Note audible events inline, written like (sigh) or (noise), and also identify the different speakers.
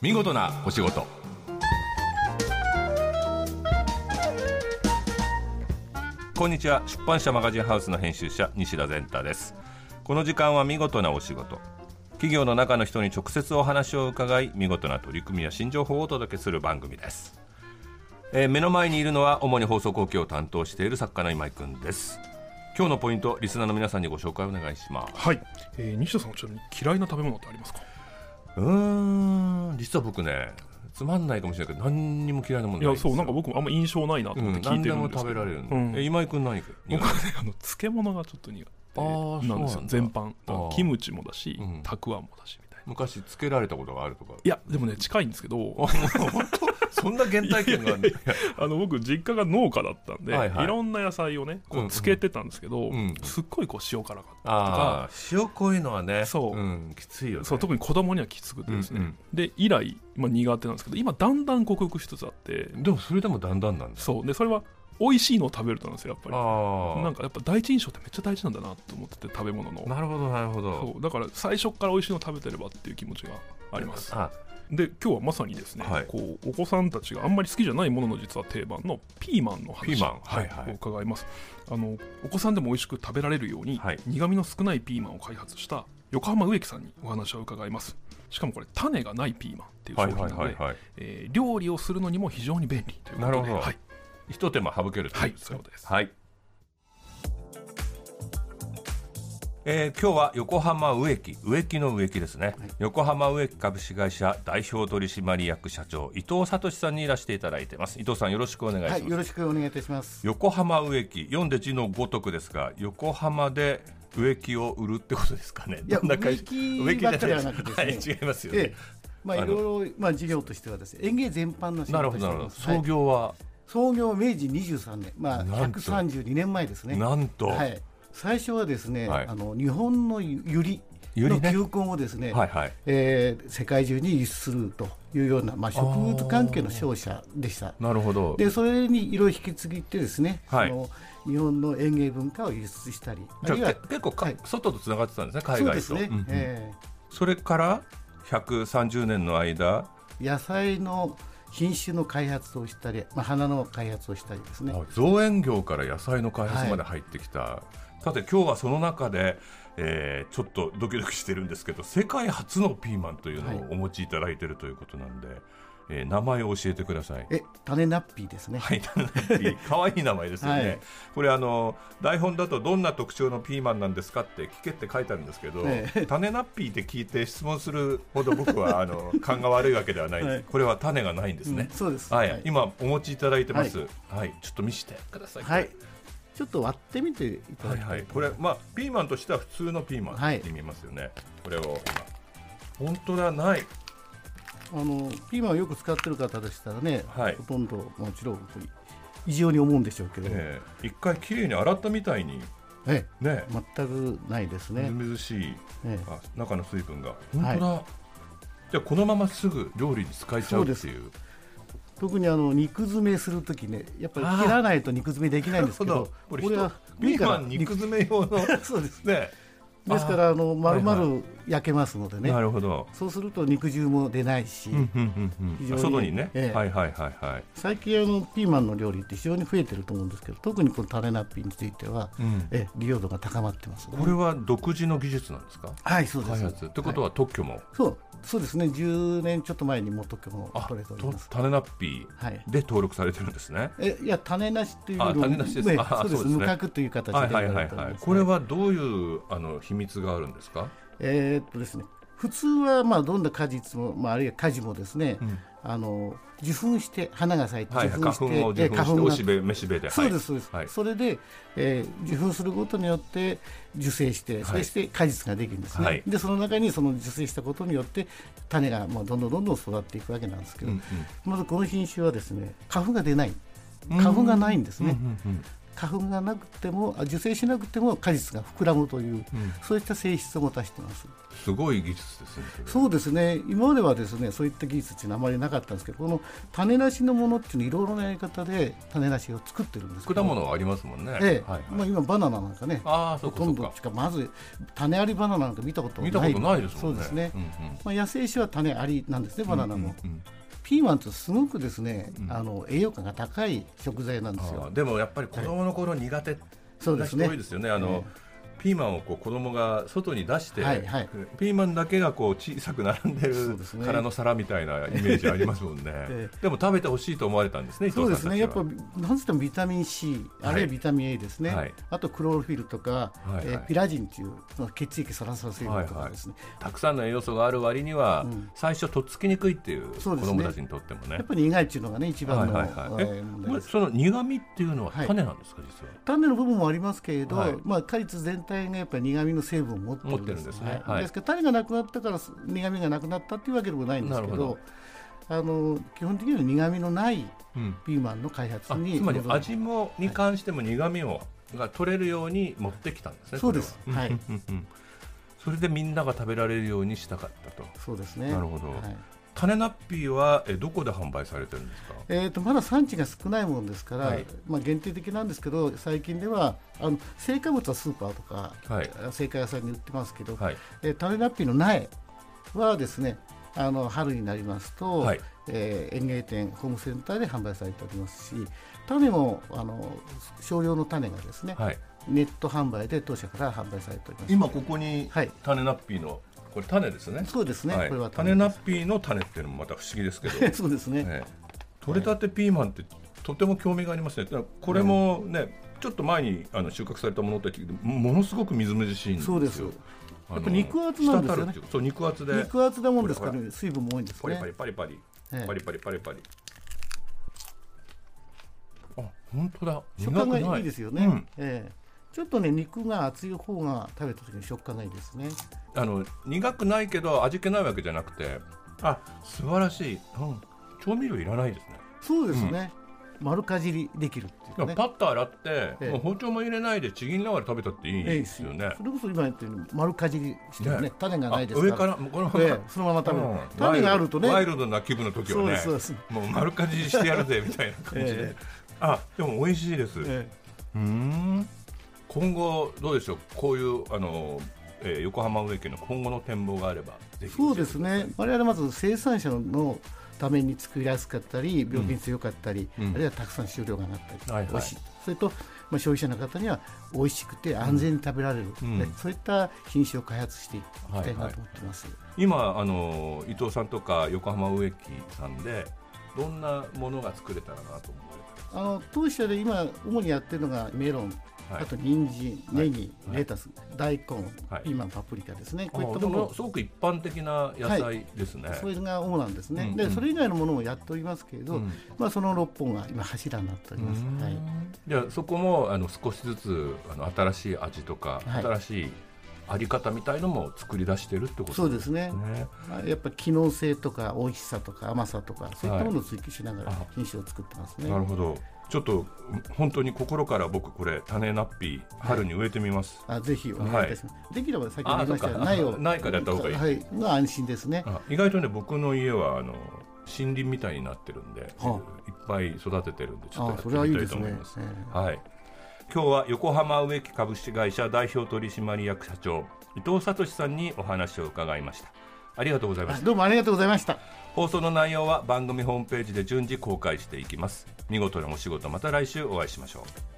Speaker 1: 見事なお仕事こんにちは出版社マガジンハウスの編集者西田善太ですこの時間は見事なお仕事企業の中の人に直接お話を伺い見事な取り組みや新情報をお届けする番組です、えー目の前にいるのは主に放送後期を担当している作家の今井くんです今日のポイントリスナーの皆さんにご紹介お願いします
Speaker 2: はい、えー、西田さんはちなみに嫌いな食べ物ってありますか
Speaker 1: うーん実は僕ねつまんないかもしれないけど何にも嫌いなもん
Speaker 2: い
Speaker 1: ないん
Speaker 2: や
Speaker 1: ですよ
Speaker 2: そうなんか僕もあんま印象ないな
Speaker 1: う
Speaker 2: と思っ
Speaker 1: ん、
Speaker 2: て聞
Speaker 1: 何
Speaker 2: い
Speaker 1: で
Speaker 2: てるん
Speaker 1: も
Speaker 2: です
Speaker 1: 食べ
Speaker 2: けど、
Speaker 1: られるの、
Speaker 2: うん
Speaker 1: え今井君何苦
Speaker 2: 僕
Speaker 1: 苦
Speaker 2: はねあの漬物がちょっと苦
Speaker 1: あー
Speaker 2: 手なんです
Speaker 1: そうな
Speaker 2: よ
Speaker 1: んだ
Speaker 2: 全般
Speaker 1: あー
Speaker 2: キムチもだし、
Speaker 1: うん
Speaker 2: たくあんもだしみたいな
Speaker 1: 昔つけられたことがあると
Speaker 2: (laughs)
Speaker 1: か
Speaker 2: いやでもね近いんですけど
Speaker 1: そんな原体験があるんだ
Speaker 2: あの僕実家が農家だったんで、
Speaker 1: はい
Speaker 2: い
Speaker 1: はい
Speaker 2: ろんな野菜をねこ
Speaker 1: うん
Speaker 2: う
Speaker 1: うん
Speaker 2: 漬けてたんですけど、
Speaker 1: うん
Speaker 2: すっごいこう塩辛かったりとか
Speaker 1: ああ塩濃いのはね
Speaker 2: そう
Speaker 1: うん、きついよね
Speaker 2: そう特に子供にはきつくてですね、
Speaker 1: うんうん
Speaker 2: で以来、まあ、苦手なんですけど今だんだん克服しつつあって
Speaker 1: でもそれでもだんだんなんです
Speaker 2: そうでそれは美味しいのを食べるとなんですよやっぱり
Speaker 1: ああ
Speaker 2: なんかやっぱ第一印象ってめっちゃ大事なんだなと思ってて食べ物の
Speaker 1: なるほどなるほど
Speaker 2: そうだから最初から美味しいの食べてればっていう気持ちがあります
Speaker 1: あ
Speaker 2: で今日はまさにですね、
Speaker 1: はい
Speaker 2: こうお子さんたちがあんまり好きじゃないものの実は定番のピーマンの話
Speaker 1: ピーマン
Speaker 2: はい
Speaker 1: はいはい
Speaker 2: を伺いますあのお子さんでも美味しく食べられるように、
Speaker 1: はい
Speaker 2: 苦味の少ないピーマンを開発した横浜植木さんにお話を伺いますしかもこれ種がないピーマンっていう商
Speaker 1: はい
Speaker 2: 品な
Speaker 1: は
Speaker 2: の
Speaker 1: い
Speaker 2: で、
Speaker 1: はいはい
Speaker 2: えー料理をするのにも非常に便利ということで
Speaker 1: なるほど
Speaker 2: はい、
Speaker 1: ひと手間省けると
Speaker 2: はい
Speaker 1: こと
Speaker 2: そういうことです
Speaker 1: はい。えー今日は横浜植木植木の植木ですね、横浜植木株式会社代表取締役社長伊藤聡さんにいらしていただいてます伊藤さんよろしくお願いします、
Speaker 3: はい、よろしくお願いいたします。
Speaker 1: 横浜植木読んで字のごとくですが横浜で植木を売るってことですかね
Speaker 3: いや
Speaker 1: どんな会社
Speaker 3: 植木ばっかりはなくてですね
Speaker 1: 植木じゃ (laughs) ないはい、違いますよね、
Speaker 3: ええ、まあ
Speaker 1: あ
Speaker 3: い
Speaker 1: の
Speaker 3: ろいろまあ事業としてはですね、園芸全般の仕
Speaker 1: なる
Speaker 3: 事
Speaker 1: ほ
Speaker 3: とし
Speaker 1: ど
Speaker 3: て
Speaker 1: な
Speaker 3: お
Speaker 1: る
Speaker 3: り
Speaker 1: ほど創
Speaker 3: ます。
Speaker 1: 業は
Speaker 3: はい創業明治23年、まあ
Speaker 1: なんと
Speaker 3: 132年前ですね。
Speaker 1: なんと、
Speaker 3: はい。最初はですね、
Speaker 1: はい
Speaker 3: あの日本のユリ
Speaker 1: ユリ
Speaker 3: の
Speaker 1: ね
Speaker 3: 球根をですね、
Speaker 1: はいはい
Speaker 3: えー世界中に輸出するというようなまあ植物関係の商社でした。
Speaker 1: なるほど
Speaker 3: でそれに色々引き継ぎってですね、
Speaker 1: はい
Speaker 3: その日本の園芸文化を輸出したり、あ
Speaker 1: じ
Speaker 3: るい
Speaker 1: ゃあ
Speaker 3: は
Speaker 1: け結構か、
Speaker 3: はい
Speaker 1: 外とつながってたんですね海
Speaker 3: そう
Speaker 1: 外
Speaker 3: で
Speaker 1: と
Speaker 3: すね、
Speaker 1: うんうん
Speaker 3: ええ
Speaker 1: それから130年の間、
Speaker 3: 野菜の品種の開発をしたり、まあ、花の開発をしたりですね。
Speaker 1: あ造園業から野菜の開発まで入ってきた、さて今日はその中で、えーちょっとドキドキしてるんですけど世界初のピーマンというのを
Speaker 3: は
Speaker 1: お持ちいただいてるということなんで、えー名前を教えてください。
Speaker 3: え、種ナッピーですね。
Speaker 1: はい、可愛い名前ですよね、
Speaker 3: はい
Speaker 1: これあの台本だとどんな特徴のピーマンなんですかって聞けって書いてあるんですけど、
Speaker 3: ええ
Speaker 1: 種ナッピーって聞いて質問するほど僕はあ
Speaker 3: (laughs)
Speaker 1: の勘が悪いわけではないです、
Speaker 3: はい
Speaker 1: これは種がないんです
Speaker 3: う
Speaker 1: ね
Speaker 3: ん、そうです。
Speaker 1: はい、今お持ちいただいてます。はい、ちょっと見してください。
Speaker 3: はい。ちょっと割ってみていた
Speaker 1: は
Speaker 3: だ
Speaker 1: い
Speaker 3: き
Speaker 1: は
Speaker 3: た
Speaker 1: い、
Speaker 3: い
Speaker 1: こ
Speaker 3: と
Speaker 1: れ、まあ、ピーマンとしては普通のピーマン
Speaker 3: はい
Speaker 1: って見ますよね。これを今。本当だ、ない。
Speaker 3: あのピーマンをよく使ってる方でしたらね、
Speaker 1: はい
Speaker 3: ほとんどもちろんこれ異常に思うんでしょうけど、
Speaker 1: ええ一回綺麗に洗ったみたいに。
Speaker 3: え
Speaker 1: ね
Speaker 3: え、全くないです
Speaker 1: みず
Speaker 3: ね。
Speaker 1: みずしい、
Speaker 3: ええ
Speaker 1: あ、中の水分が。本当だ。じゃあ、このまますぐ料理に使えちゃうっていう。
Speaker 3: 特にあの肉詰めするときね、やっぱり切らないと肉詰めできないんですけど、
Speaker 1: これ人、ピーマン肉詰め用
Speaker 3: (laughs)
Speaker 1: の。
Speaker 3: めそうです。
Speaker 1: ね。
Speaker 3: ですからあの丸
Speaker 1: はい
Speaker 3: 々焼けますのでね、
Speaker 1: なるほど。
Speaker 3: そうすると肉汁も出ないし、
Speaker 1: うんうんうんうん
Speaker 3: 非常
Speaker 1: あ
Speaker 3: に
Speaker 1: 外にね、
Speaker 3: ええ
Speaker 1: はいはいはいはい。
Speaker 3: 最近あのピーマンの料理って非常に増えてると思うんですけど特にこの種ナッピーについては、
Speaker 1: うん
Speaker 3: え利用度が高まってます、ね、
Speaker 1: これは独自の技術なんですか
Speaker 3: はいそうです
Speaker 1: 開発ってことは特許も、
Speaker 3: そうそうですね10年ちょっと前にもう特許も
Speaker 1: あ
Speaker 3: 取れており
Speaker 1: と
Speaker 3: ます
Speaker 1: 種ナッピ
Speaker 3: はい
Speaker 1: ーで登録されてるんですね、
Speaker 3: えいや種なしという
Speaker 1: あ
Speaker 3: の
Speaker 1: 種なしです
Speaker 3: ね
Speaker 1: あ
Speaker 3: そうで
Speaker 1: そ
Speaker 3: す
Speaker 1: うですね
Speaker 3: 無角という形で
Speaker 1: はいはい
Speaker 3: やら
Speaker 1: は
Speaker 3: れ
Speaker 1: い
Speaker 3: ており
Speaker 1: はい
Speaker 3: ます
Speaker 1: これはどういうあの秘密があるんですか
Speaker 3: えーっとですね普通はまあどんな果実も、まあ、あるいは果樹もですね、あの受粉して花が咲いて
Speaker 1: はい
Speaker 3: 受
Speaker 1: 花
Speaker 3: 粉して、
Speaker 1: 粉を受
Speaker 3: え
Speaker 1: 粉しておしべめしべで
Speaker 3: そうですそうです、
Speaker 1: はい
Speaker 3: それで、えー受粉することによって受精してそして果実ができるんですね、
Speaker 1: はい
Speaker 3: でその中にその受精したことによって種がもうどんどんどんどん育っていくわけなんですけど、
Speaker 1: うんうん
Speaker 3: まずこの品種はですね花粉が出ない花粉がないんですね、
Speaker 1: うんうん
Speaker 3: 花粉がなくてもあ受精しなくても果実が膨らむという、そういった性質を持たしてます
Speaker 1: すごい技術ですねそれ
Speaker 3: そうですね今まではですねそういった技術っていうのはあまりなかったんですけどこの種なしのものっていうのいろいろなやり方で種なしを作ってるんですけど
Speaker 1: 果物はありますもんね、
Speaker 3: ええ
Speaker 1: はい
Speaker 3: まあ、
Speaker 1: はい、
Speaker 3: 今バナナなんかね
Speaker 1: ああそ
Speaker 3: ほ
Speaker 1: うか
Speaker 3: と
Speaker 1: そ
Speaker 3: ん
Speaker 1: う
Speaker 3: ど
Speaker 1: か
Speaker 3: しかまず種ありバナナなんか見たことない
Speaker 1: 見たことないですもんね
Speaker 3: そうですね、
Speaker 1: うんうん
Speaker 3: まあ、野生種は種ありなんですねバナナも、
Speaker 1: うんうん
Speaker 3: ピーマンってすごくですね、
Speaker 1: ん
Speaker 3: あの栄養価が高い食材なんです
Speaker 1: あ
Speaker 3: よ
Speaker 1: ーでもやっぱり子供の頃苦手
Speaker 3: そう
Speaker 1: な
Speaker 3: です
Speaker 1: 人多い
Speaker 3: ね
Speaker 1: ですよね。あの、ピーマンをこう子供が外に出して、
Speaker 3: はいはい
Speaker 1: ピーマンだけがこう小さく並んで
Speaker 3: そ
Speaker 1: る
Speaker 3: うですね
Speaker 1: 空の皿みたいなイメージありますもんね。
Speaker 3: (laughs) え
Speaker 1: でも食べてほしいと思われたんですね。伊藤
Speaker 3: そうで
Speaker 1: さん
Speaker 3: す
Speaker 1: た
Speaker 3: ね
Speaker 1: ち
Speaker 3: や
Speaker 1: は
Speaker 3: っぱなんつってもビタミン C あるいはビタミン A ですね、
Speaker 1: はい
Speaker 3: あとクロロフィルとか、
Speaker 1: いはい
Speaker 3: えーピラジンっていうまあ血液サラサ成分とかですね、
Speaker 1: たくさんの栄養素がある割には、最初とっつきにくいっていう子
Speaker 3: そうですね
Speaker 1: 供たちにとってもね
Speaker 3: やっ。ぱり苦いっていうのがね一番の、
Speaker 1: はいはいはい。
Speaker 3: え
Speaker 1: え
Speaker 3: ー問題
Speaker 1: ま
Speaker 3: です
Speaker 1: その苦味っていうのは
Speaker 3: はい
Speaker 1: 種なんですか、実は。
Speaker 3: 種の部分もありますけれど、
Speaker 1: はい
Speaker 3: まあ、果実全体がやっぱり苦味の成分を持って
Speaker 1: 持
Speaker 3: るんです
Speaker 1: ってるんですね
Speaker 3: は
Speaker 1: はい
Speaker 3: いですけど種がなくなったから苦味がなくなったっていうわけでもないんですけ
Speaker 1: な
Speaker 3: ど
Speaker 1: るほ
Speaker 3: あの基本的には苦味のない
Speaker 1: うん。
Speaker 3: ピーマンの開発
Speaker 1: あ
Speaker 3: に
Speaker 1: つまり
Speaker 3: 臨んで
Speaker 1: 味もに関しても苦味をが取れるように持ってきたんですね。
Speaker 3: そうです
Speaker 1: これは
Speaker 3: はい。
Speaker 1: うんうんうんそれでみんなが食べられるようにしたかったと。
Speaker 3: そうですね
Speaker 1: なるほど
Speaker 3: はい
Speaker 1: 種ナッピーはえどこで販売されてるんですか。
Speaker 3: えー、とまだ産地が少ないものですから、
Speaker 1: はい
Speaker 3: まあ、限定的なんですけど最近ではあの成果物はスーパーとか、
Speaker 1: はい
Speaker 3: 成果屋さんに売ってますけど、
Speaker 1: はい。
Speaker 3: えー、種ラッピーの苗はですねあの春になりますと、
Speaker 1: はい
Speaker 3: えー園芸店ホームセンターで販売されておりますし種もあの少量の種がですね、
Speaker 1: はい。
Speaker 3: ネット販売で当社から販売されております
Speaker 1: 今ここに
Speaker 3: はい
Speaker 1: 種ナッピーのこれ種ですね。
Speaker 3: そうですね、
Speaker 1: はい
Speaker 3: これは
Speaker 1: 種ナッピーの種っていうのもまた不思議ですけど。
Speaker 3: (laughs) ですそうですね、
Speaker 1: ええ取れたてピーマンってとても興味がありますね。だからこれもね。ちょっと前にあの収穫されたものって聞いてものすごくみずみずしいんですよ。
Speaker 3: そうです
Speaker 1: あの
Speaker 3: やっぱ肉厚なんです
Speaker 1: 滴
Speaker 3: よね
Speaker 1: るっていうそう肉厚で
Speaker 3: 肉厚なもんですから、ね、水分も多いんです
Speaker 1: パリ
Speaker 3: ね
Speaker 1: パリパリパリ、
Speaker 3: ええ
Speaker 1: パリパリパリパリ。あ、本当だ。
Speaker 3: 食感
Speaker 1: 苦くな
Speaker 3: がいいですよね、
Speaker 1: うん
Speaker 3: ええちょっとね肉が厚い方が食べた時に食感がいいですね
Speaker 1: あの苦くないけど味気ないわけじゃなくて、あ、素晴らしい。うん、調味料いらないですね。
Speaker 3: そうですね、丸かじりできるっていう
Speaker 1: だ
Speaker 3: か
Speaker 1: か
Speaker 3: ね
Speaker 1: らパッと洗って、
Speaker 3: ええ
Speaker 1: もう包丁も入れないでちぎりながら食べたっていい
Speaker 3: ええ
Speaker 1: ですよね。
Speaker 3: それこそ今言ったように丸かじりしてもね
Speaker 1: ね
Speaker 3: 種が
Speaker 1: あ
Speaker 3: ないですから
Speaker 1: 上からもうこの
Speaker 3: ええそのまま食べる、
Speaker 1: うん
Speaker 3: 種があるとね
Speaker 1: ワイルドワイルドな気分の時はね
Speaker 3: そうですそう
Speaker 1: もう丸かじりしてやるぜみたいな感じで、
Speaker 3: (laughs) え
Speaker 1: あでも美味しいです、
Speaker 3: え
Speaker 1: うーん今後どうでしょうこういうあの、えー横浜植木の今後の展望があればぜ
Speaker 3: え
Speaker 1: ひ
Speaker 3: そうですね我々まず生産者のために作りやすかったり病気に強かったり、
Speaker 1: うん
Speaker 3: あるいはたくさん収量が上がったり、
Speaker 1: はいはい
Speaker 3: 美味しいそれと、まあ、消費者の方には美味しくて安全に食べられる、
Speaker 1: うん
Speaker 3: ねそういった品種を開発していきたいなと思ってます、
Speaker 1: 今あの伊藤さんとか横浜植木さんでどんなものが作れたらなと思われてます
Speaker 3: あの当社で今主にやってるのがメロン、
Speaker 1: はい
Speaker 3: あと人参、
Speaker 1: はい
Speaker 3: ネギ、
Speaker 1: はい
Speaker 3: レタス、大根、
Speaker 1: はい
Speaker 3: ピーマン、パプリカですね。こういっ
Speaker 1: あ
Speaker 3: た
Speaker 1: で
Speaker 3: もの
Speaker 1: も
Speaker 3: を
Speaker 1: すごく一般的な野菜ですね、
Speaker 3: それが主なんですね、
Speaker 1: うんうん
Speaker 3: でそれ以外のものもやっておりますけれど、
Speaker 1: うん
Speaker 3: まあ、その6本が今柱になっております、はい、
Speaker 1: じゃあそこもあの少しずつあの新しい味とか、
Speaker 3: はい
Speaker 1: 新しいあり方みたいのも作り出してるってこと
Speaker 3: そうですね、
Speaker 1: ね。
Speaker 3: まあやっぱり機能性とか美味しさとか甘さとかそういったものを追求しながら
Speaker 1: はい
Speaker 3: 品種を作ってますね、
Speaker 1: なるほど。ちょっと本当に心から僕これ種ナッピー春に植えてみます。
Speaker 3: あぜひお願いいたします、できれば先ほど言いました
Speaker 1: あそ
Speaker 3: よ
Speaker 1: う
Speaker 3: う
Speaker 1: か
Speaker 3: に苗を
Speaker 1: 苗からやった方がいい
Speaker 3: はい、が安心ですね
Speaker 1: あ意外とね僕の家はあの森林みたいになってるんで、
Speaker 3: はい
Speaker 1: っぱい育ててるんでちょっ
Speaker 3: あ
Speaker 1: と
Speaker 3: そ
Speaker 1: や
Speaker 3: れ
Speaker 1: っ
Speaker 3: は
Speaker 1: てみ
Speaker 3: いい
Speaker 1: たい
Speaker 3: で
Speaker 1: と
Speaker 3: す
Speaker 1: 思い
Speaker 3: ね
Speaker 1: ます。はい。今日は横浜植木株式会社代表取締役社長伊藤聡さんにお話を伺いました。ありがとうございま
Speaker 3: あ
Speaker 1: した。
Speaker 3: どうもありがとうございました
Speaker 1: 放送の内容は番組ホームページで順次公開していきます見事なお仕事また来週お会いしましょう